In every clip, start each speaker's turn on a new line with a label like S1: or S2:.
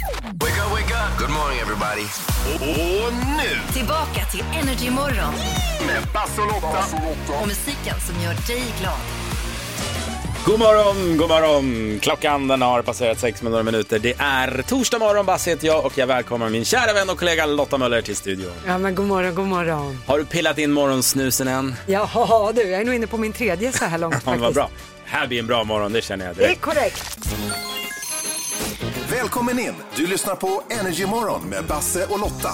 S1: Wake up, wake up! Good morning everybody! Och, och nu
S2: Tillbaka till Energy Morgon
S1: med Basse och Lotta!
S2: och musiken som gör dig glad.
S3: God morgon, god morgon. Klockan den har passerat sex med några minuter. Det är torsdag morgon, Basse heter jag och jag välkomnar min kära vän och kollega Lotta Möller till studion.
S4: Ja men god morgon, god morgon.
S3: Har du pillat in morgonsnusen än?
S4: Jaha du, jag är nog inne på min tredje så här långt
S3: Ja, men
S4: faktiskt.
S3: vad bra. Det här blir en bra morgon, det känner jag
S4: Det är
S3: direkt.
S4: korrekt.
S5: Välkommen in! Du lyssnar på Energy Morgon med Basse och Lotta.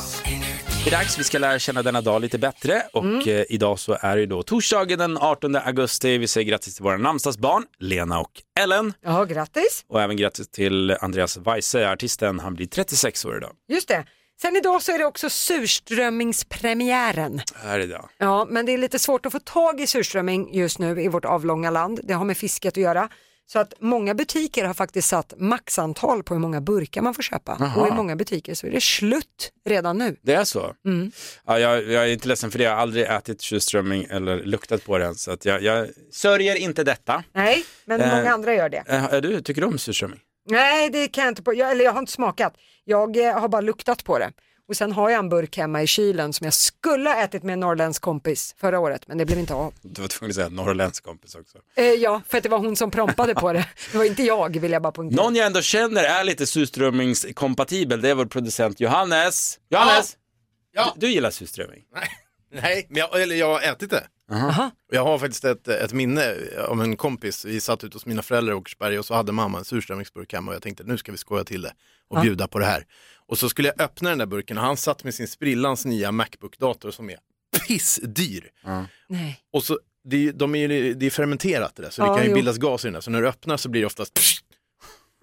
S3: Det är dags, vi ska lära känna denna dag lite bättre och eh, idag så är det ju då torsdagen den 18 augusti. Vi säger grattis till våra namnsdagsbarn, Lena och Ellen.
S4: Ja, grattis.
S3: Och även grattis till Andreas Weise, artisten. Han blir 36 år idag.
S4: Just det. Sen idag så är det också surströmmingspremiären.
S3: Här idag.
S4: Ja, men det är lite svårt att få tag i surströmming just nu i vårt avlånga land. Det har med fisket att göra. Så att många butiker har faktiskt satt maxantal på hur många burkar man får köpa. Och i många butiker så är det slut redan nu.
S3: Det är så? Ja, jag, jag är inte ledsen för det, jag har aldrig ätit surströmming eller luktat på den. Så att jag, jag sörjer inte detta.
S4: Nej, men
S3: Eh.
S4: många andra gör det.
S3: Eh, är du, tycker du om surströmming?
S4: Nej, det kan jag inte på. Jag, eller jag har inte smakat. Jag eh, har bara luktat på det. Och sen har jag en burk hemma i kylen som jag skulle ha ätit med en norrländsk kompis förra året, men det blev inte av.
S3: Du var tvungen att säga norrländsk kompis också.
S4: Eh, ja, för att det var hon som prompade på det. Det var inte jag, vill jag bara poängtera.
S3: Någon jag ändå känner är lite surströmmingskompatibel, det är vår producent Johannes. Johannes!
S6: Ja.
S3: Du, du gillar surströmming?
S6: Nej, men jag, eller jag har ätit det. Och Jag har faktiskt ett, ett minne om en kompis, vi satt ute hos mina föräldrar i Åkersberga och så hade mamma en surströmmingsburk hemma och jag tänkte nu ska vi skoja till det och bjuda på det här. Och så skulle jag öppna den där burken och han satt med sin sprillans nya Macbook-dator som är pissdyr.
S4: Nej.
S6: Och så, det, är ju- de är, ju- det är fermenterat det där så
S4: Ja,
S6: det kan ju
S4: jo.
S6: bildas gas i den där så när du öppnar så blir det oftast psh,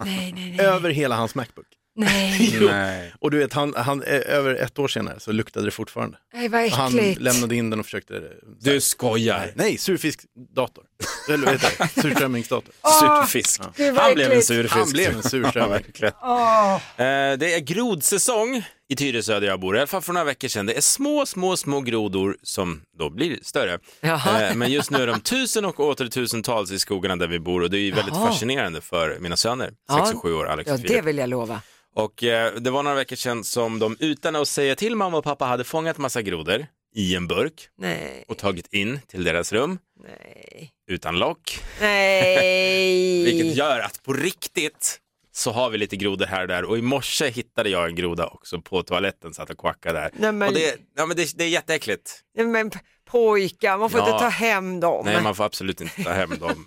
S4: Nej, nej, nej.
S6: över hela hans Macbook.
S4: Nej,
S6: Jo.
S3: Nej.
S6: Och du vet, han, han, eh, över ett år senare så luktade det fortfarande.
S4: nej vad
S6: Han
S4: äckligt.
S6: lämnade in den och försökte... eh, så här-
S3: Du skojar.
S6: Nej, surfiskdator. Eller vad heter det? Surströmmingsdator.
S3: Surfisk.
S4: gud, vad
S3: Han blev en
S4: äckligt.
S3: surfisk.
S6: Han blev en surströmming.
S3: Verkligen. Eh, Det är grodsäsong i Tyresö där jag bor, i alla fall för några veckor sedan. Det är små, små, små grodor som då blir större.
S4: Jaha.
S3: Eh, Men just nu är de tusen och åter tusentals i skogarna där vi bor och det är ju väldigt
S4: Jaha.
S3: fascinerande för mina söner,
S4: Ja.
S3: 6 och 7 år, Alex
S4: Ja,
S3: och
S4: det
S3: Filip.
S4: vill jag lova.
S3: Och eh, det var några veckor sedan som de utan att säga till mamma och pappa hade fångat massa grodor i en burk
S4: Nej,
S3: och tagit in till deras rum
S4: nej,
S3: utan lock.
S4: nej.
S3: Vilket gör att på riktigt så har vi lite grodor här och där och i morse hittade jag en groda också på toaletten satt och quackade där.
S4: Nej, men-
S3: Och det, ja, men det, det är jätteäckligt.
S4: Nej, Men pojkar, man får
S3: Ja.
S4: inte ta hem dem.
S3: Nej, man får absolut inte ta hem dem.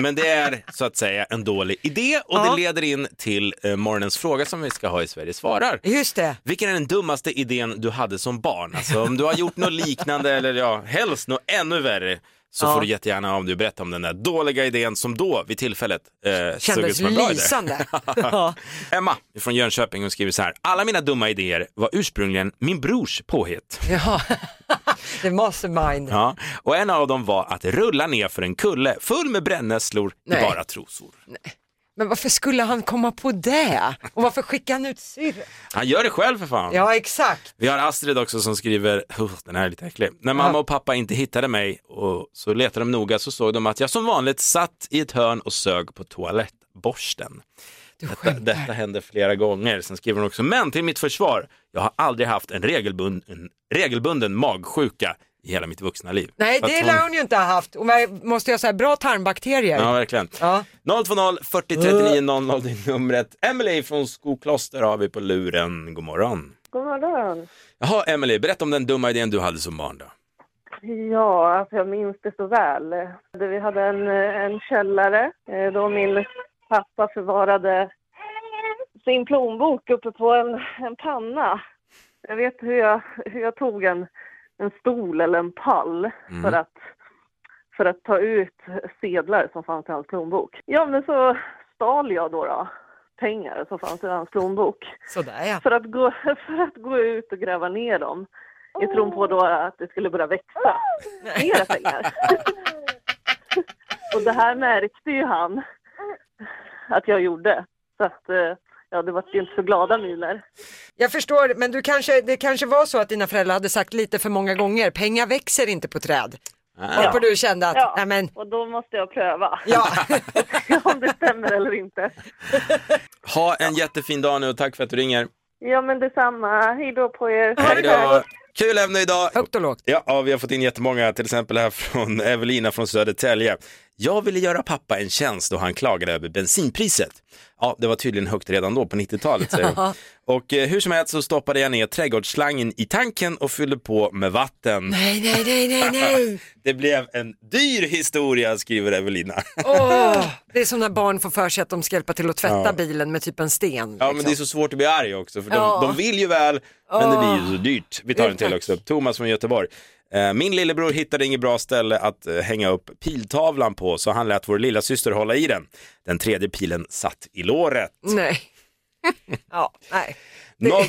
S3: Men det är så att säga en dålig idé och
S4: Ja.
S3: det leder in till eh, morgonens fråga som vi ska ha i Sverige svarar.
S4: Just det.
S3: Vilken är den dummaste idén du hade som barn? Alltså om du har gjort något liknande eller ja, helst något ännu värre så
S4: Ja.
S3: får du jättegärna om du berättar om den där dåliga idén som då vid tillfället eh, såg ut
S4: Kändes
S3: som en bra idé.
S4: lysande. Ja.
S3: Emma från Jönköping hon skriver så här. Alla mina dumma idéer var ursprungligen min brors påhitt.
S4: Ja, det är mastermind.
S3: Ja. Och en av dem var att rulla ner för en kulle full med brännässlor i
S4: Nej.
S3: bara trosor.
S4: Men varför skulle han komma på det? Och varför skickar han ut syrran?
S3: Han gör det själv för fan.
S4: Ja, exakt.
S3: Vi har Astrid också som skriver, "Oh, den här är lite äcklig. När mamma och pappa inte hittade mig och så letade de noga så såg de att jag som vanligt satt i ett hörn och sög på toalettborsten.
S4: Du
S3: Detta, detta hände flera gånger. Sen skriver hon också, men till mitt försvar, jag har aldrig haft en regelbunden, regelbunden magsjuka i hela mitt vuxna liv.
S4: Nej,
S3: Så att
S4: det lär hon ju inte ha haft. Hon var- måste ju ha så här bra tarmbakterier.
S3: Ja, verkligen.
S4: Ja.
S3: 020 40 39 00 det är numret. Emily från Skokloster har vi på luren. God morgon.
S7: God morgon.
S3: Jaha, Emily, berätta om den dumma idén du hade som barn då.
S7: Ja, alltså jag minns det så väl. Vi hade en, en källare eh, då min pappa förvarade sin plånbok uppe på en, en panna. Jag vet hur jag, hur jag tog en, en stol eller en pall för, att, för att ta ut sedlar som fanns i hans plånbok. Ja, men så stal jag då, då pengar som fanns i hans plånbok
S4: Sådär ja.
S7: för att, gå, för att gå ut och gräva ner dem i tron på då att det skulle börja växa mera pengar. och det här märkte ju han att jag gjorde. Så att, eh, ja, det var ju inte så glada miner.
S4: Jag förstår, men du kanske, det kanske var så att dina föräldrar hade sagt lite för många gånger, pengar växer inte på träd.
S3: Ah.
S4: Varpå du kände att,
S7: Ja.
S4: nej men,
S7: Och då måste jag pröva
S4: ja.
S7: om det stämmer eller inte.
S3: Ha en jättefin dag nu och tack för att du ringer.
S7: Ja, men detsamma. Hej då på er.
S3: Hej då! Kul ämne idag.
S4: högt och lågt.
S3: Ja, ja, vi har fått in jättemånga, till exempel här från Evelina från Södertälje. Jag ville göra pappa en tjänst då han klagade över bensinpriset. Ja, det var tydligen högt redan då på 90-talet säger hon. Och eh, hur som helst så stoppade jag ner trädgårdsslangen i tanken och fyllde på med vatten.
S4: Nej, nej, nej, nej, nej.
S3: Det blev en dyr historia skriver Evelina.
S4: Åh, det är som när barn får för sig att de ska hjälpa till att tvätta bilen med typ en sten.
S3: Ja, men
S4: liksom.
S3: det är så svårt att bli arg också, för de,
S4: Ja.
S3: de vill ju väl, men det blir ju så dyrt. Vi tar en till också. Thomas från Göteborg. Eh, Min lillebror hittade inget bra ställe att eh, hänga upp piltavlan på, så han lät vår lilla syster hålla i den. Den tredje pilen satt i låret.
S4: Nej. ja, nej.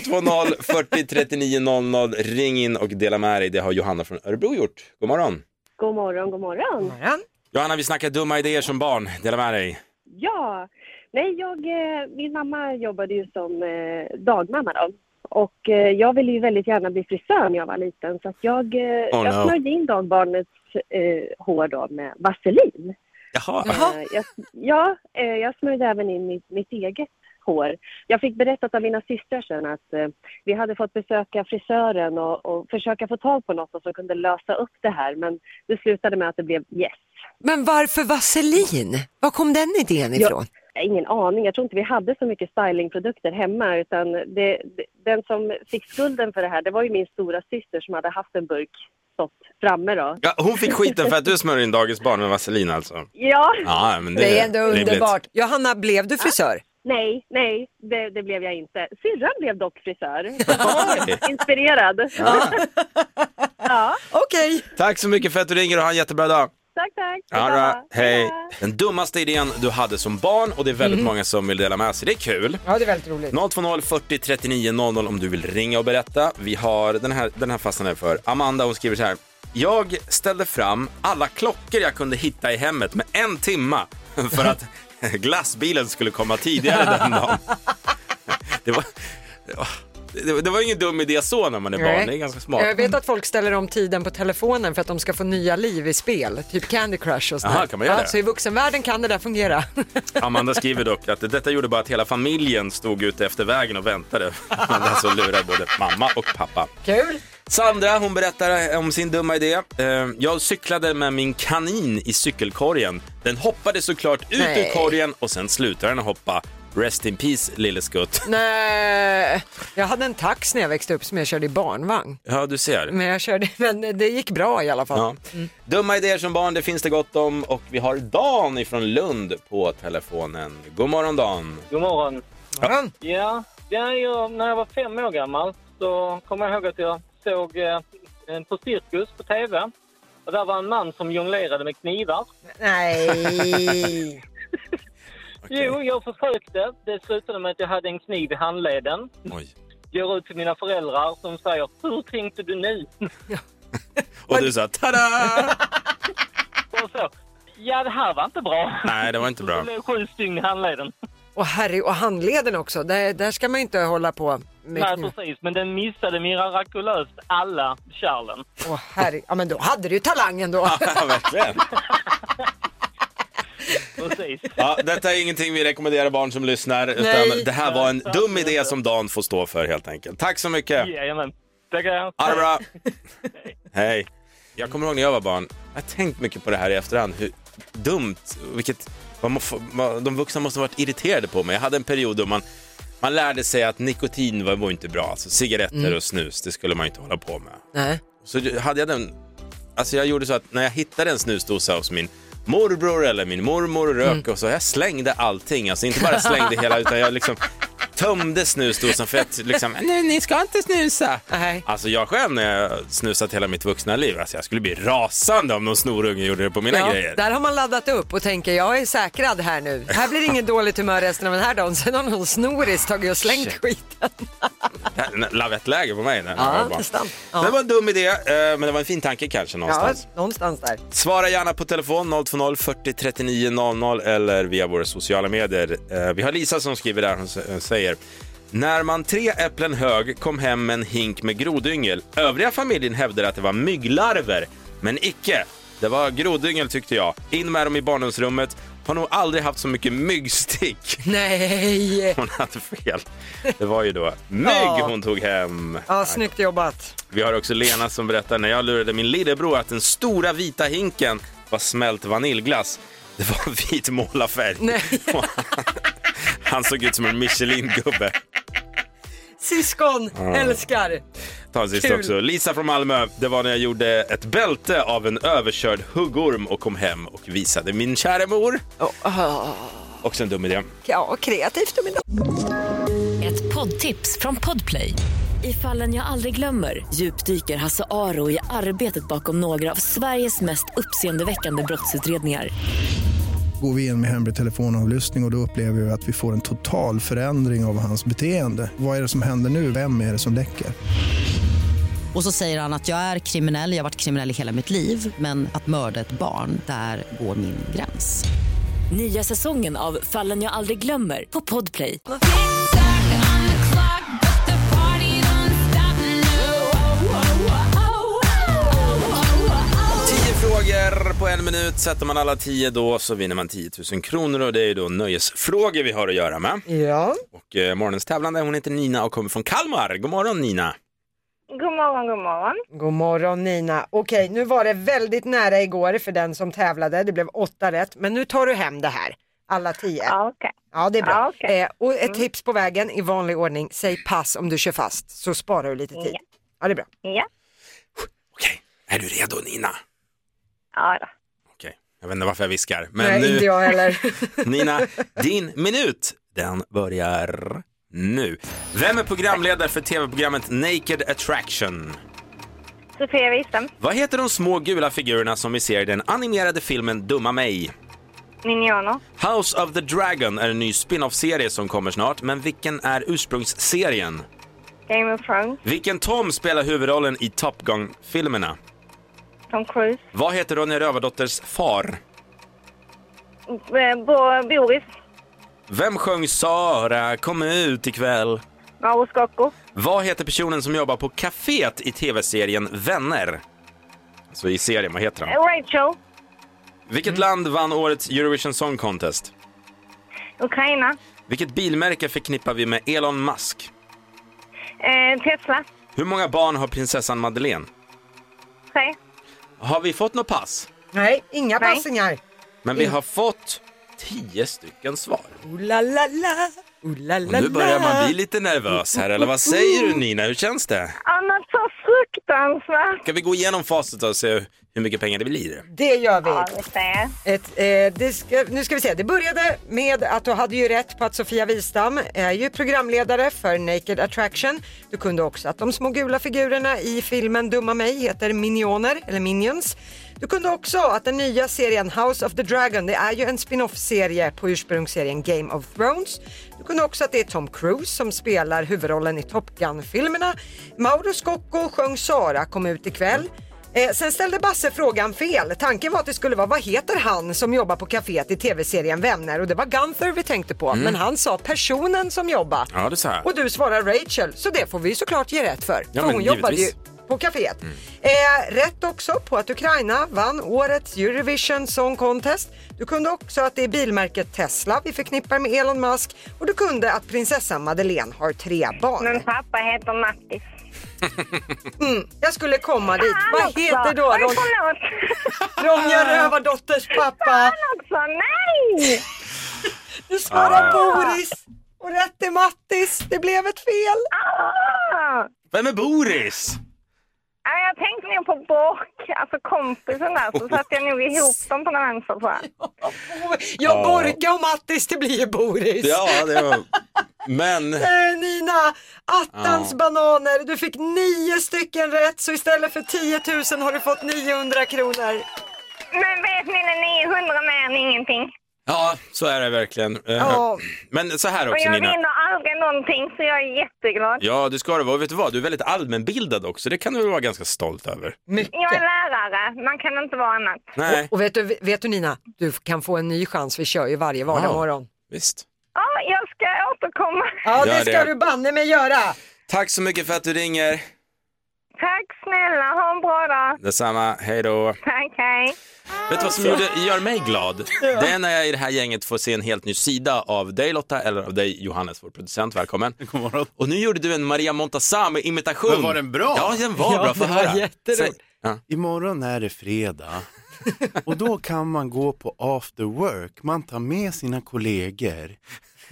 S3: 020 40 39 00, ring in och dela med dig. Det har Johanna från Örebro gjort. God morgon.
S7: God morgon, god morgon.
S4: Morgon.
S3: Johanna, vi snackar dumma idéer som barn. Dela med dig.
S7: Ja, nej jag, eh, min mamma jobbade ju som eh, dagmamma då. Och eh, jag ville ju väldigt gärna bli frisör när jag var liten så att jag, eh,
S3: Oh,
S7: jag
S3: no.
S7: smörjde in dagbarnets eh, hår då med vaselin.
S3: Jaha.
S7: Eh, jag, ja, eh, jag smörjde även in mitt, mitt eget hår. Jag fick berättat av mina systrar sen att eh, vi hade fått besöka frisören och, och försöka få tag på något som kunde lösa upp det här men det slutade med att det blev yes.
S4: Men varför vaselin? Var kom den idén ifrån?
S7: Jag har Ingen aning. Jag tror inte vi hade så mycket stylingprodukter hemma. Utan det, det, den som fick skulden för det här det var ju min stora syster som hade haft en burk stått framme. Då.
S3: Ja, hon fick skiten för att du smörjer in dagens barn med vaselin alltså.
S7: Ja,
S3: Ja, men det,
S4: Det är ändå
S3: rimligt.
S4: underbart. Johanna, blev du frisör?
S7: nej, nej, det, det blev jag inte. Syrran blev dock frisör.
S3: Oj.
S7: Inspirerad. ja,
S4: Okej.
S3: Tack så mycket för att du ringer och ha en jättebra dag.
S7: tack, tack.
S3: Ja, då. Mm. Hej.
S7: Detsamma.
S3: Den dummaste idén du hade som barn och det är väldigt många som vill dela med sig. Det är kul.
S4: Ja, det är väldigt roligt.
S3: 020 40 39 00 om du vill ringa och berätta. Vi har den här, den här fastnade för. Amanda hon skriver så här. Jag ställde fram alla klockor jag kunde hitta i hemmet med en timma för att glassbilen skulle komma tidigare den dagen. Det var, det var, det var ingen dum idé så när man är barn. Det är ganska smart.
S4: Jag vet att folk ställer om tiden på telefonen för att de ska få nya liv i spel, typ Candy Crush och sånt.
S3: Jaha,
S4: här.
S3: kan man göra
S4: ja,
S3: det?
S4: Så i vuxenvärlden kan det där fungera.
S3: Amanda skriver dock att detta gjorde bara att hela familjen stod ute efter vägen och väntade. Man alltså lurar både mamma och pappa.
S4: Kul!
S3: Sandra hon berättar om sin dumma idé. Eh, Jag cyklade med min kanin i cykelkorgen. Den hoppade såklart ut
S4: Nej.
S3: ur korgen och sen slutade den hoppa. Rest in peace lille skutt.
S4: Nej, jag hade en tax när jag växte upp som jag körde i barnvagn.
S3: Ja du ser.
S4: Men, jag körde, men det gick bra i alla fall.
S3: Ja. Dumma idéer som barn det finns det gott om och vi har Dan ifrån Lund på telefonen. God morgon Dan.
S8: God morgon.
S4: Ja.
S8: Ja, det är ju, när jag var fem år gammal så kommer jag ihåg att jag såg eh, en på cirkus på tv. Och där var en man som jonglerade med knivar.
S4: Nej!
S8: Jo, jag försökte. Det slutade med att jag hade en kniv i handleden.
S3: Oj.
S8: Går ut till mina föräldrar som säger “Hur tänkte du nu?”
S3: Och du sa tada!
S8: och så. Ja, det här var inte bra.
S3: Nej det var inte bra.
S8: Det blev sju stygn i handleden.
S4: och Harry och handleden också, där, där ska man ju inte hålla på med
S8: Nej,
S4: kniv.
S8: precis. Men den missade mirakulöst alla kärlen.
S4: Åh, herre, ja men då hade du ju talangen då.
S3: Ja, verkligen.
S8: Precis.
S3: Ja, detta är ingenting vi rekommenderar barn som lyssnar, utan
S4: Nej.
S3: det här var en dum idé som Dan får stå för helt enkelt. Tack så mycket!
S8: Jajamän. Tackar.
S3: Ha det bra! Hej! Jag kommer ihåg när jag var barn, jag har tänkt mycket på det här i efterhand, hur dumt, vilket, man må, man, de vuxna måste ha varit irriterade på mig. Jag hade en period då man, man lärde sig att nikotin var, var inte bra, alltså cigaretter
S4: Mm.
S3: och snus, det skulle man inte hålla på med.
S4: Nej.
S3: Så hade jag den, alltså jag gjorde så att när jag hittade en snusdosa hos min morbror eller min mormor och rök
S4: Mm.
S3: och så, jag slängde allting, alltså inte bara slängde hela utan jag liksom tömde snusdosan för att liksom, nej ni ska inte snusa.
S4: Nej.
S3: Alltså jag själv när jag snusat hela mitt vuxna liv, alltså jag skulle bli rasande om någon snorunge gjorde det på mina grejer.
S4: där har man laddat upp och tänker jag är säkrad här nu. Här blir det ingen dåligt humör resten av den här dagen. Sen har någon snoris tagit och slängt skiten.
S3: Det här- Lavettläge på mig när jag var barn.
S4: nästan. Ja.
S3: Det var en dum idé, eh, men det var en fin tanke kanske
S4: Ja,
S3: någonstans.
S4: någonstans där.
S3: Svara gärna på telefon 020 40 39 00 eller via våra sociala medier. Eh, Vi har Lisa som skriver där, hon s- eh, säger när man tre äpplen hög kom hem med en hink med grodyngel. Övriga familjen hävdade att det var mygglarver, men icke. Det var grodyngel tyckte jag. In med dem i barndomsrummet. Har nog aldrig haft så mycket myggstick.
S4: Nej!
S3: Hon hade fel. Det var ju då mygg
S4: Ja.
S3: hon tog hem.
S4: Ja, snyggt jobbat.
S3: Vi har också Lena som berättar när jag lurade min lillebror att den stora vita hinken var smält vaniljglass. Det var vit målarfärg.
S4: Nej.
S3: Och han- Han såg ut som en Michelin-gubbe.
S4: Syskon, älskar.
S3: Ta en sist
S4: Kul.
S3: också. Lisa från Malmö. Det var när jag gjorde ett bälte av en överkörd huggorm och kom hem och visade min kära mor.
S4: Oh.
S3: Också en dum idé.
S4: Ja, kreativt om inte
S9: Ett poddtips från Podplay. I fallen jag aldrig glömmer djupdyker Hasse Aro i arbetet bakom några av Sveriges mest uppseendeväckande brottsutredningar.
S10: Går vi in med hemlig telefonavlyssning och, och då upplever vi att vi får en total förändring av hans beteende. Vad är det som händer nu? Vem är det som läcker?
S11: Och så säger han att jag är kriminell, jag har varit kriminell i hela mitt liv men att mörda ett barn, där går min gräns.
S9: Nya säsongen av Fallen jag aldrig glömmer på Podplay.
S3: Tio frågor på en minut. Sätter man alla tio då så vinner man 10 000 kronor och det är ju då nöjesfrågor vi har att göra med.
S4: Ja.
S3: Och eh, morgonens tävlande, hon heter Nina och kommer från Kalmar. God morgon Nina!
S7: God morgon, god morgon.
S4: God morgon Nina. Okej, nu var det väldigt nära igår för den som tävlade. Det blev åtta rätt, men nu tar du hem det här. Alla tio.
S7: Ja, okej.
S4: Ja, det är bra.
S7: Ja, okej. Mm.
S4: eh, och ett tips på vägen i vanlig ordning. Säg pass om du kör fast så sparar du lite tid. Ja,
S7: Ja.
S4: det är bra.
S7: Ja,
S3: Okej, är du redo Nina?
S7: ja då.
S3: Okej, jag vet inte varför jag viskar. Men
S4: Nej,
S3: nu,
S4: inte jag heller.
S3: Nina, din minut, den börjar nu. Vem är programledare för tv-programmet Naked Attraction?
S7: Sofia Wistam,
S3: Vad heter de små gula figurerna som vi ser i den animerade filmen Dumma mig?
S7: Minioner,
S3: House of the Dragon är en ny spin-off-serie som kommer snart, men vilken är ursprungsserien?
S7: Game of Thrones,
S3: Vilken Tom spelar huvudrollen i Top Gun-filmerna?
S7: Tom Cruise,
S3: Vad heter Ronja Rövardotters far?
S7: eh, Bo- Boris,
S3: Vem sjöng Sara kom ut ikväll?
S7: Mauro Scocco,
S3: Vad heter personen som jobbar på kaféet i tv-serien Vänner? Alltså i serien, vad heter han?
S7: eh, Rachel, Mm.
S3: Vilket land vann årets Eurovision Song Contest?
S7: Ukraina,
S3: Vilket bilmärke förknippar vi med Elon Musk?
S7: eh, Tesla,
S3: Hur många barn har prinsessan Madeleine?
S7: tre.
S3: Har vi fått något pass?
S4: Nej, inga
S7: Nej.
S4: passningar.
S3: Men
S7: Mm.
S3: vi har fått tio stycken svar.
S4: Oh, la, la, la. Oh, la,
S3: Och
S4: la,
S3: nu börjar man
S4: la.
S3: bli lite nervös här, eller vad säger du Nina? Hur känns det?
S7: Ja, men så fruktansvärt.
S3: Ska vi gå igenom facit och se hur mycket pengar det blir?
S4: Det gör vi.
S7: Ja, det ser jag.
S4: Ett, eh, det ska, nu ska vi se, det började med att du hade ju rätt på att Sofia Wistam är ju programledare för Naked Attraction. Du kunde också att de små gula figurerna i filmen Dumma mig heter Minioner eller Minions. Du kunde också att den nya serien House of the Dragon, det är ju en spin-off-serie på ursprungsserien Game of Thrones. Du kunde också att det är Tom Cruise som spelar huvudrollen i Top Gun-filmerna. Mauro Scocco sjöng Sara kom ut ikväll. Eh, sen ställde Basse frågan fel. Tanken var att det skulle vara vad heter han som jobbar på kaféet i tv-serien Vänner och det var Gunther vi tänkte på. Men han sa personen som jobbar.
S3: Mm. Ja, det sa jag.
S4: Och du svarar Rachel, så det får vi ju såklart ge rätt för.
S3: Ja,
S4: för
S3: men
S4: hon jobbade ju
S3: givetvis. Mm.
S4: på kaféet. Eh, rätt också på att Ukraina vann årets Eurovision Song Contest. Du kunde också att det är bilmärket Tesla vi förknippar med Elon Musk och du kunde att prinsessan Madeleine har tre barn.
S7: Men pappa heter Mattis.
S4: Jag skulle komma dit.
S7: Han
S4: Vad
S7: också.
S4: heter då
S7: Oj,
S4: Ron-
S7: förlåt.
S4: Ronja Rövardotters pappa?
S7: Han också. Nej!
S4: Du svarar Boris och rätt är Mattis. Det blev ett fel.
S7: Ah!
S3: Vem är Boris?
S7: Ja, Jag tänkte nog på Bork, alltså kompisen där, så satte jag nog ihop dem på någon vänster tror jag.
S4: Jag
S3: Ja.
S4: Borka och Mattis, det blir ju Boris.
S3: Ja, det var... Men...
S4: Eh, Nina, attans bananer. Du fick nio stycken rätt så istället för 10 000 har du fått 900 kronor.
S7: Men vet ni, när 900 mer än ingenting.
S3: Ja, så är det verkligen. Eh,
S4: Ja.
S3: Men så här
S7: Och
S3: också
S7: jag
S3: Alltså, Nina.
S7: vinner aldrig någonting, så jag är jätteglad.
S3: Ja, du ska det vara. Och Vet du vad? Du är väldigt allmänbildad också. Det kan du väl vara ganska stolt över?
S7: Jag är
S4: Mycket.
S7: lärare, man kan inte vara annat.
S3: Nej,
S4: Och vet du, vet du Nina, du kan få en ny chans. Vi kör ju varje vardag
S3: Wow.
S4: morgon.
S3: visst.
S7: Ja, jag ska återkomma.
S4: Ja,
S3: Gör det.
S4: det ska du banne mig göra.
S3: Tack så mycket för att du ringer.
S7: Tack!
S12: Tack snälla, ha en bra dag.
S3: Detsamma, hej då.
S12: Tack, hej.
S3: Vet du vad som gjorde, gör mig glad?
S12: Ja.
S3: Det är när jag i det här gänget får se en helt ny sida av dig Lotta, eller av dig Johannes, vår producent. Välkommen. Och nu gjorde du en Maria Montazami-imitation.
S6: Men var den bra?
S3: Ja, den var
S6: Ja,
S3: bra. Få
S6: det var
S3: höra.
S6: jätteroligt.
S3: Säg- Ja.
S6: Imorgon är det fredag och då kan man gå på after work. Man tar med sina kollegor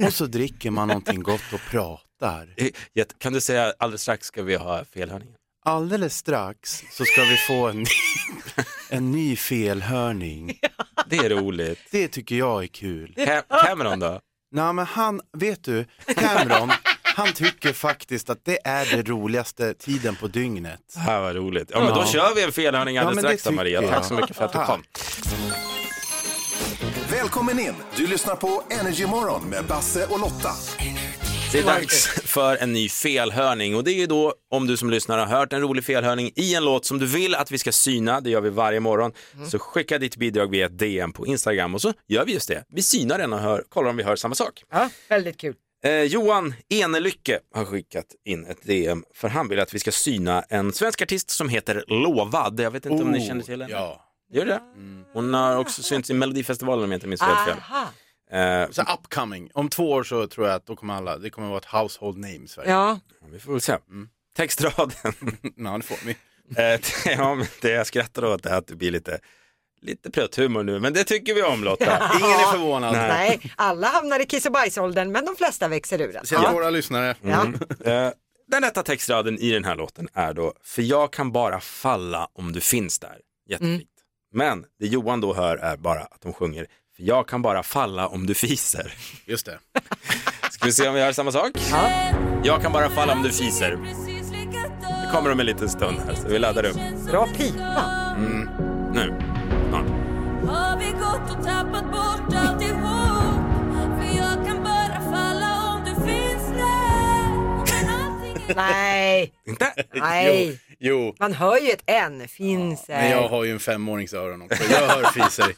S6: och så dricker man någonting gott och pratar.
S3: Jätte- Eh, Kan du säga alldeles strax ska vi ha felhörningen?
S6: Alldeles strax så ska vi få en ny, en ny felhörning.
S3: Det är roligt.
S6: Det tycker jag är kul.
S3: Ca- Cameron då?
S6: Nej men han, vet du, Cameron, han tycker faktiskt att det är det roligaste tiden på dygnet.
S3: Ja, vad roligt. Ja, men då kör vi en felhörning
S6: Ja,
S3: alldeles
S6: men det
S3: strax då, Maria.
S6: tycker
S3: Tack
S6: jag.
S3: så mycket för att du kom.
S5: Välkommen in! Du lyssnar på Energy Morgon med Basse och Lotta.
S3: Det är dags för en ny felhörning och det är ju då om du som lyssnar har hört en rolig felhörning i en låt som du vill att vi ska syna, det gör vi varje morgon,
S6: Mm.
S3: så skicka ditt bidrag via ett DM på Instagram och så gör vi just det. Vi synar den och hör, kollar om vi hör samma sak.
S4: Ja, väldigt kul.
S3: Eh, Johan Enelycke har skickat in ett DM för han vill att vi ska syna en svensk artist som heter Lovad. Jag vet inte om ni
S6: Oh,
S3: känner till henne?
S6: ja. Mm.
S3: Gör det? Hon har också synts i Melodifestivalen om jag inte minns
S4: Ah.
S3: helt fel. Eh,
S6: Så upcoming, om två år så tror jag att då kommer alla, det kommer vara ett household name i Sverige.
S4: Ja.
S3: Vi får väl se.
S6: Mm.
S3: Textraden.
S6: Nej, det får vi.
S3: Eh, ja, men det jag skrattar åt är att det blir lite, lite prutthumor nu, men det tycker vi om Lotta.
S6: Ingen är förvånad.
S4: Nej, alla hamnar i kiss och bajsåldern men de flesta växer ur den.
S3: Så jag
S4: Ja.
S3: får-
S6: Våra lyssnare.
S3: Mm. Eh, Den rätta textraden i den här låten är då, för jag kan bara falla om du finns där. Jättefint. Men det Johan då hör är bara att de sjunger, för jag kan bara falla om du fiser.
S6: Just det.
S3: Ska vi se om vi hör samma sak? Jag kan bara falla om du fiser. Det kommer om en liten stund här, så vi laddar upp.
S4: Bra pipa.
S3: Mm. Nu. Ja.
S13: Har vi gått och tappat bort alltihop? För jag kan bara falla om du finns där.
S4: Nej,
S3: Inte?
S4: Nej.
S6: Jo, jo.
S4: man hör ju ett N, finns
S6: men jag
S4: det.
S6: har ju en femårings öron också. Jag hör fiser.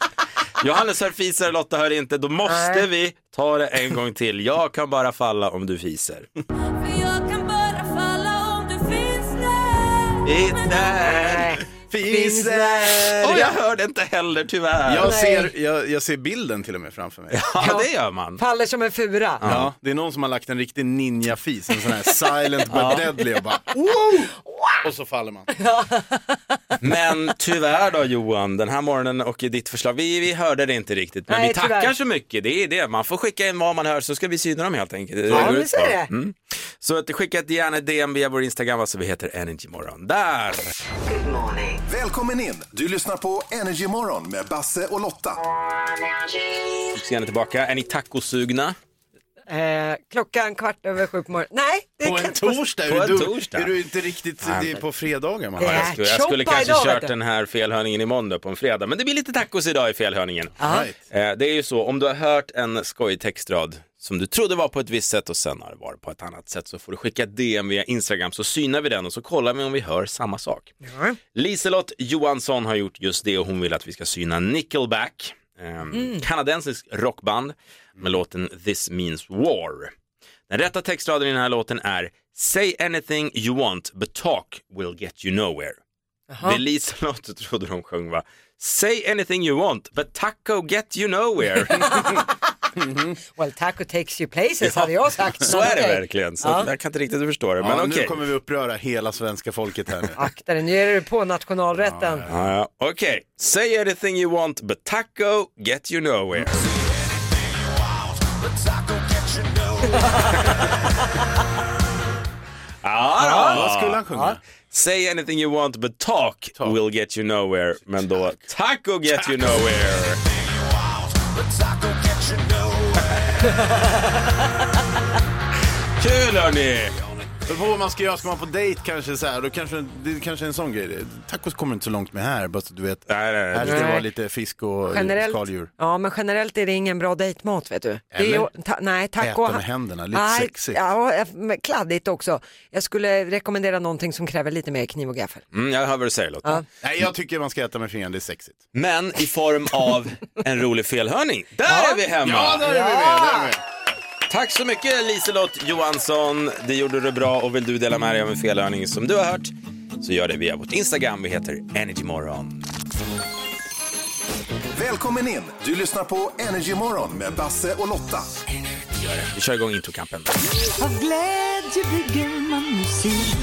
S3: Johannes hör fiser, Lotta hör inte. Då måste
S13: Nej.
S3: vi ta det en gång till. Jag kan bara falla om du fiser.
S13: För jag kan bara falla om du finns där.
S3: Fiser!
S6: Fiser!
S3: Och jag hörde inte heller tyvärr.
S6: Jag ser, jag, jag ser bilden till och med framför mig.
S3: Ja, det gör man.
S4: Faller som en fura.
S6: Ja, det är någon som har lagt en riktig ninja-fis, en sån här silent but deadly och bara wow! Och så faller man.
S3: Men tyvärr då Johan, den här morgonen och i ditt förslag, vi, vi hörde det inte riktigt. Men
S4: Nej,
S3: vi tackar
S4: tyvärr.
S3: så mycket, det är det. Man får skicka in vad man hör så ska vi syna dem helt enkelt.
S4: Ja,
S3: går
S4: men
S3: ut
S4: så
S3: på.
S4: är det.
S3: Mm. Så att skicka ett gärna ett DM via vår Instagram, alltså vi heter Energymorgon. Där!
S5: Välkommen in! Du lyssnar på Energy Morgon med Basse och Lotta.
S3: Så gärna tillbaka. Är ni tacosugna?
S4: Eh, klockan kvart över sju på morgonen. Nej, det
S6: På
S4: kan-
S6: en torsdag?
S3: På
S6: är,
S3: en
S6: du,
S3: torsdag.
S6: är du inte riktigt, det är på fredagar man
S4: Det
S6: har
S4: är
S6: det.
S3: Jag skulle, jag skulle
S4: Choppa
S3: kanske
S4: idag, vet
S3: kört
S4: du.
S3: den här felhörningen i måndag på en fredag, men det blir lite tacos idag i felhörningen. Eh, Det är ju så, om du har hört en skojig textrad som du trodde var på ett visst sätt och sen har det varit på ett annat sätt så får du skicka ett DM via Instagram så synar vi den och så kollar vi om vi hör samma sak. Liselott Johansson har gjort just det och hon vill att vi ska syna Nickelback, eh,
S4: Mm.
S3: kanadensisk rockband med låten This Means War. Den rätta textraden i den här låten är Say anything you want but talk will get you nowhere. Det Liselott trodde de sjöng va? Say anything you want but taco get you nowhere.
S4: Well, taco takes you places hade jag sagt.
S3: Så
S4: Men
S3: är det
S4: okej.
S3: verkligen. Så
S4: Ja.
S3: Jag kan inte riktigt förstå det.
S6: Ja,
S3: men
S6: nu
S3: okej.
S6: kommer vi uppröra hela svenska folket här nu.
S4: Akta dig, nu är du på nationalrätten.
S3: Ja, ja. Okej, say anything you want but taco get you nowhere. Ja,
S6: Ja,
S3: då.
S6: vad skulle han sjunga?
S3: Say anything you want but talk, will get you nowhere. Men då taco get you nowhere. Kul hörni!
S6: Det beror på vad man ska göra, ska man på dejt kanske så här, då kanske, det kanske är en sån grej. Tacos kommer inte så långt med här, bara så du vet. Här ska det
S4: Nej.
S6: vara lite fisk och skaldjur.
S4: Generellt, ja, men generellt är det ingen bra dejtmat vet du. Det är ju,
S6: Eller?
S4: ta, nej, taco.
S6: Äta med händerna, lite
S4: nej,
S6: sexigt.
S4: Ja, eh, men kladdigt också. Jag skulle rekommendera någonting som kräver lite mer kniv och gaffel.
S3: Mm, jag hör vad du säger Lotta.
S6: Nej, jag tycker man ska äta med fingrarna, det är sexigt.
S3: Men i form av en rolig felhörning. Där är vi hemma!
S6: Ja, där är vi med, där är vi med.
S3: Tack så mycket Liselott Johansson. Det gjorde du bra och vill du dela med dig av en felhörning som du har hört så gör det via vårt Instagram. Vi heter Energymorgon.
S5: Välkommen in! Du lyssnar på Energy Morgon med Basse och Lotta.
S3: Gör det. Vi kör igång introkampen.
S13: Av glädje bygger man musik.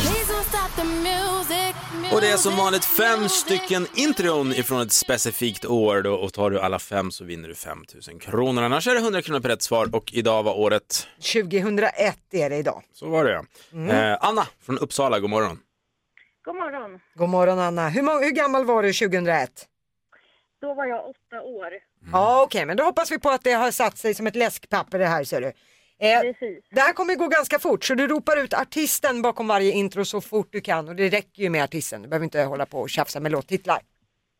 S13: Please don't stop the music.
S3: Och det är som vanligt fem stycken intron ifrån ett specifikt år då, och tar du alla fem så vinner du 5 000 kronor. Annars är det 100 kronor per rätt svar och idag var året,
S4: 2001 är det idag.
S3: så var det eh, Anna från Uppsala, god morgon.
S14: God morgon.
S4: God morgon Anna. Hur, må- hur gammal var du 2001?
S14: Då var jag åtta år.
S6: Mm.
S4: Ja okej, men då hoppas vi på att det har satt sig som ett läskpapper det här ser du. Eh, det här kommer gå ganska fort så du ropar ut artisten bakom varje intro så fort du kan och det räcker ju med artisten. Du behöver inte hålla på och tjafsa med låttitlar.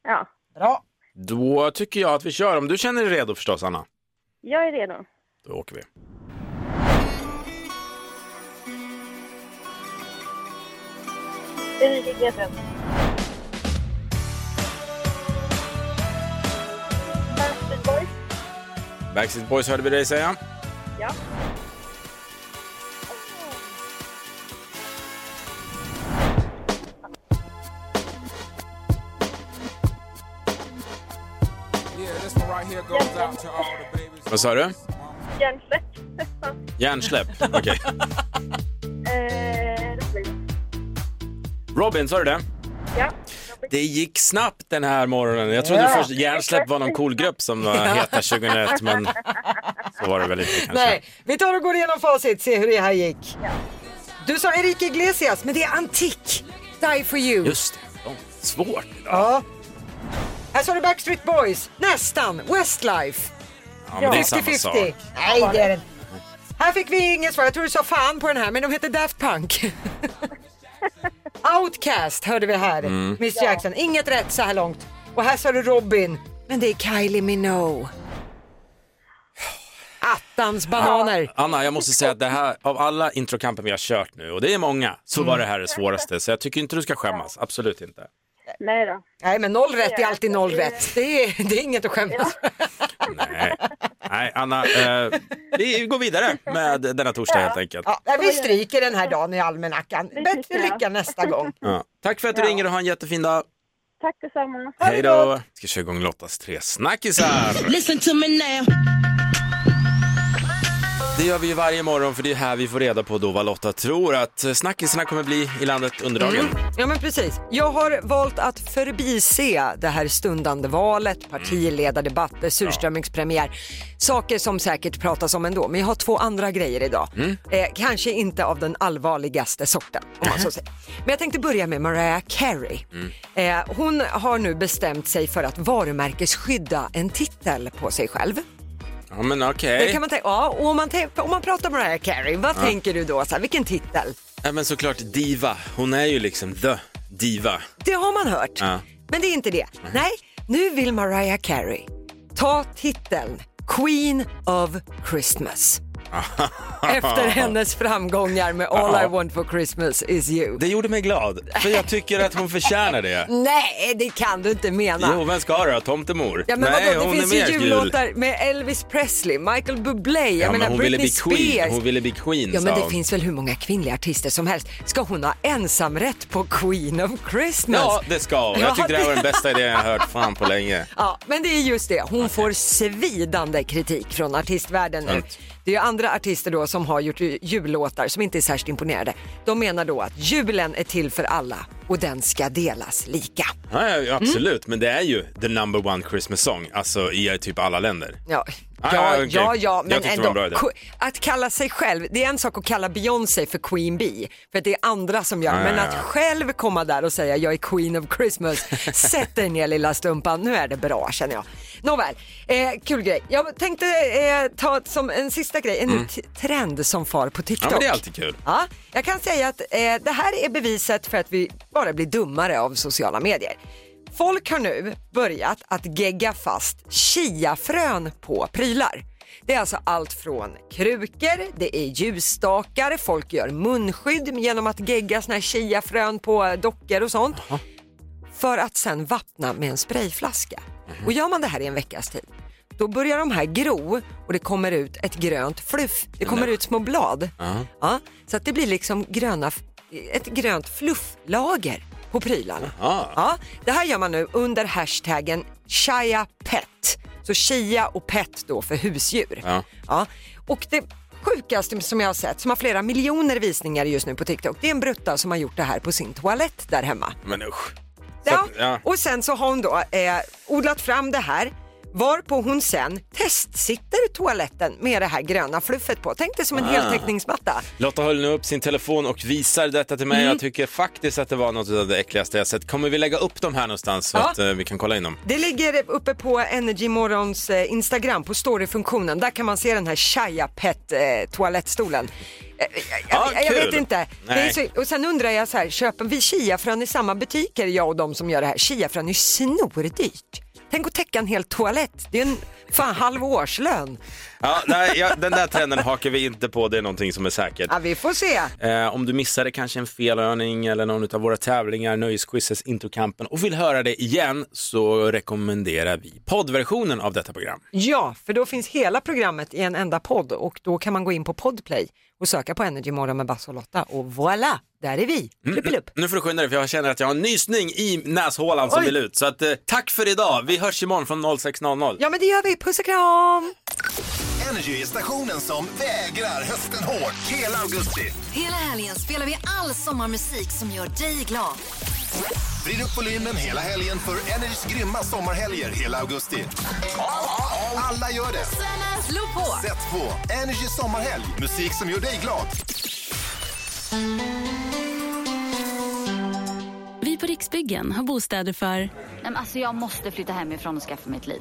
S14: Ja,
S4: Bra.
S3: Då tycker jag att vi kör, om du känner dig redo förstås Anna.
S14: jag är redo.
S3: Då åker vi.
S14: Ulrika Gesen. Backstreet Boys.
S3: Backstreet Boys hörde vi dig säga.
S14: Ja.
S3: Vad sa du?
S14: Hjärnsläpp.
S3: Hjärnsläpp. Okej.
S14: Eh, Robin.
S3: Robin, sa du det?
S14: ja.
S3: Det gick snabbt den här morgonen. Jag trodde
S14: Ja.
S3: först Hjärnsläpp var någon cool grupp som var heta 2001, men så var det väl inte kanske.
S4: Nej, vi tar och går igenom facit, se hur det här gick. Du sa Enrique Iglesias, men det är antik. Die for you.
S3: Just det, de- svårt idag.
S4: Ja. Här sa du Backstreet Boys, nästan. Westlife.
S3: Ja, men det är samma sak.
S4: Nej, det är det inte. Här fick vi inget svar. Jag tror du sa fan på den här, men de hette Daft Punk. Outcast hörde vi här.
S13: Mm.
S4: Miss Jackson. Inget rätt så här långt. Och här sa du Robin, men det är Kylie Minogue. Attans bananer.
S3: Anna, jag måste säga att det här, av alla introkamper vi har kört nu, och det är många, så var det här det svåraste. Så jag tycker inte du ska skämmas, absolut inte.
S14: Nej då.
S4: Nej, men noll rätt är alltid noll rätt. Det är, det är inget att skämmas för.
S3: Nej, Nej Anna, eh, vi går vidare med denna torsdag helt enkelt.
S4: Ja, nej, vi stryker den här dagen i almanackan. Bättre lycka nästa gång.
S3: Ja. Tack för att du ringer och ha en jättefin dag.
S14: Tack detsamma.
S3: Hej då! Ska köra igång Lottas tre snackisar.
S13: Listen to me now.
S3: Det gör vi ju varje morgon för det är här vi får reda på då vad Lotta tror att snackisarna kommer bli i landet under dagen.
S4: Mm. Ja men precis. Jag har valt att förbise det här stundande valet, partiledardebatter, surströmmingspremiär. Saker som säkert pratas om ändå. Men jag har två andra grejer idag. Eh, kanske inte av den allvarligaste sorten om man så säger. Men jag tänkte börja med Mariah Carey. Eh, hon har nu bestämt sig för att varumärkesskydda en titel på sig själv.
S3: Ja men
S4: Det
S3: okej.
S4: kan man tänka, ja, och om, man tän- om man pratar Mariah Carey, vad
S3: Ja.
S4: tänker du då? Så här, vilken titel?
S3: Ja men såklart diva. Hon är ju liksom the diva.
S4: Det har man hört.
S3: Ja.
S4: Men det är inte det. Nej, nu vill Mariah Carey ta titeln Queen of Christmas. Efter hennes framgångar med All
S3: Ja.
S4: I want for Christmas is you.
S3: Det gjorde mig glad, för jag tycker att hon förtjänar det.
S4: Nej, det kan du inte mena.
S3: Jo, vem ska det då? Tomtemor?
S4: Ja, men
S3: Nej,
S4: vadå, det
S3: hon
S4: finns
S3: är
S4: ju
S3: mer
S4: jullåtar med Elvis Presley, Michael Bublé, jag
S3: Ja, men
S4: menar
S3: hon ville
S4: Britney
S3: bli queen.
S4: Spears.
S3: Hon ville bli queen,
S4: Ja men
S3: sa
S4: det
S3: hon.
S4: finns väl hur många kvinnliga artister som helst. Ska hon ha ensamrätt på Queen of Christmas?
S3: Ja, det ska hon.
S4: Ja,
S3: Jag tyckte det här var den bästa idén jag har hört fan på länge.
S4: Ja, men det är just det. Hon får svidande kritik från artistvärlden nu.
S3: Sant.
S4: Det är ju andra artister då som har gjort ju- jullåtar som inte är särskilt imponerade. De menar då att julen är till för alla och den ska delas lika.
S3: Ja, ja, absolut, men det är ju the number one Christmas song, alltså i typ alla länder.
S4: Ja,
S3: Ah,
S4: ja,
S3: okej.
S4: ja, ja,
S3: Jag
S4: men
S3: tyckte det var en
S4: ändå.
S3: bra idé.
S4: Qu- Att kalla sig själv, det är en sak att kalla Beyoncé för Queen Bee, för att det är andra som gör,
S3: Ah,
S4: men
S3: ja,
S4: att
S3: ja.
S4: själv komma där och säga jag är Queen of Christmas, sätt dig ner lilla stumpan, nu är det bra känner jag. Nåväl, eh, kul grej. Jag tänkte eh, ta som en sista grej, en
S3: Mm.
S4: t- trend som far på TikTok.
S3: Ja, men det är alltid kul.
S4: Ja, jag kan säga att eh, det här är beviset för att vi bara blir dummare av sociala medier. Folk har nu börjat att gegga fast chiafrön på prylar. Det är alltså allt från krukor, det är ljusstakar, folk gör munskydd genom att gegga såna här chiafrön på dockor och sånt. För att sen vattna med en sprayflaska.
S3: Mhm.
S4: Och gör man det här i en veckas tid, då börjar de här gro och det kommer ut ett grönt fluff. Det kommer
S3: Nej.
S4: ut små blad.
S3: Ja.
S4: Ja, så att det blir liksom gröna f- ett grönt flufflager på prylarna.
S3: Ah,
S4: Ja, det här gör man nu under hashtaggen Shia Pet. Så Shia och Pet då för husdjur. Ja. Och det sjukaste som jag har sett, som har flera miljoner visningar just nu på TikTok, det är en brutta som har gjort det här på sin toalett där hemma.
S3: Men usch. Så
S4: Ja.
S3: att- ja.
S4: Och sen så har hon då eh, odlat fram det här varpå hon sen testsitter toaletten med det här gröna fluffet på. Tänk dig som en
S3: Ah.
S4: heltäckningsmatta.
S3: Lotta höll nu upp sin telefon och visar detta till mig.
S4: Mm.
S3: Jag tycker faktiskt att det var något av det äckligaste jag sett. Kommer vi lägga upp dem här någonstans så
S4: Ja.
S3: att eh, vi kan kolla in dem?
S4: Det ligger uppe på Energy Morgons eh, Instagram på storyfunktionen. Där kan man se den här Shia Pet eh, toalettstolen. Eh, Jag,
S3: Ja,
S4: jag, jag vet
S3: Ah, kul.
S4: inte. Det är
S3: Nej.
S4: så, och sen undrar jag så här, köper vi chiafrön i samma butiker jag och de som gör det här? Chiafrön är ju snordyrt. Tänk att täcka en hel toalett. Det är en fan halv årslön.
S3: Ja, nej, ja, den där trenden hakar vi inte på, det är någonting som är säkert.
S4: Ja, vi får se.
S3: Eh, om du missade kanske en felhörning eller någon av våra tävlingar, Nöjesquizzes, Introkampen och vill höra det igen så rekommenderar vi poddversionen av detta program.
S4: Ja, för då finns hela programmet i en enda podd och då kan man gå in på Podplay och söka på Energy Morgon med Basse och Lotta och voilà, där är vi. Pluppelupp.
S3: Nu får du skynda dig för jag känner att jag har en nysning i näshålan som
S4: Oj.
S3: vill ut. Så att, eh, tack för idag, vi hörs imorgon från 06.00.
S4: Ja, men det gör vi. Puss och kram!
S5: Energy är stationen som vägrar hösten hårt hela augusti.
S2: Hela helgen spelar vi all sommarmusik som gör dig glad.
S5: Vrid upp volymen hela helgen för Energys grymma sommarhelger hela augusti. Alla gör det.
S2: Slå på!
S5: Sätt på Energy sommarhelg. Musik som gör dig glad.
S15: Vi på Riksbyggen har bostäder för... Nej, men alltså jag måste flytta hemifrån och skaffa mig ett liv.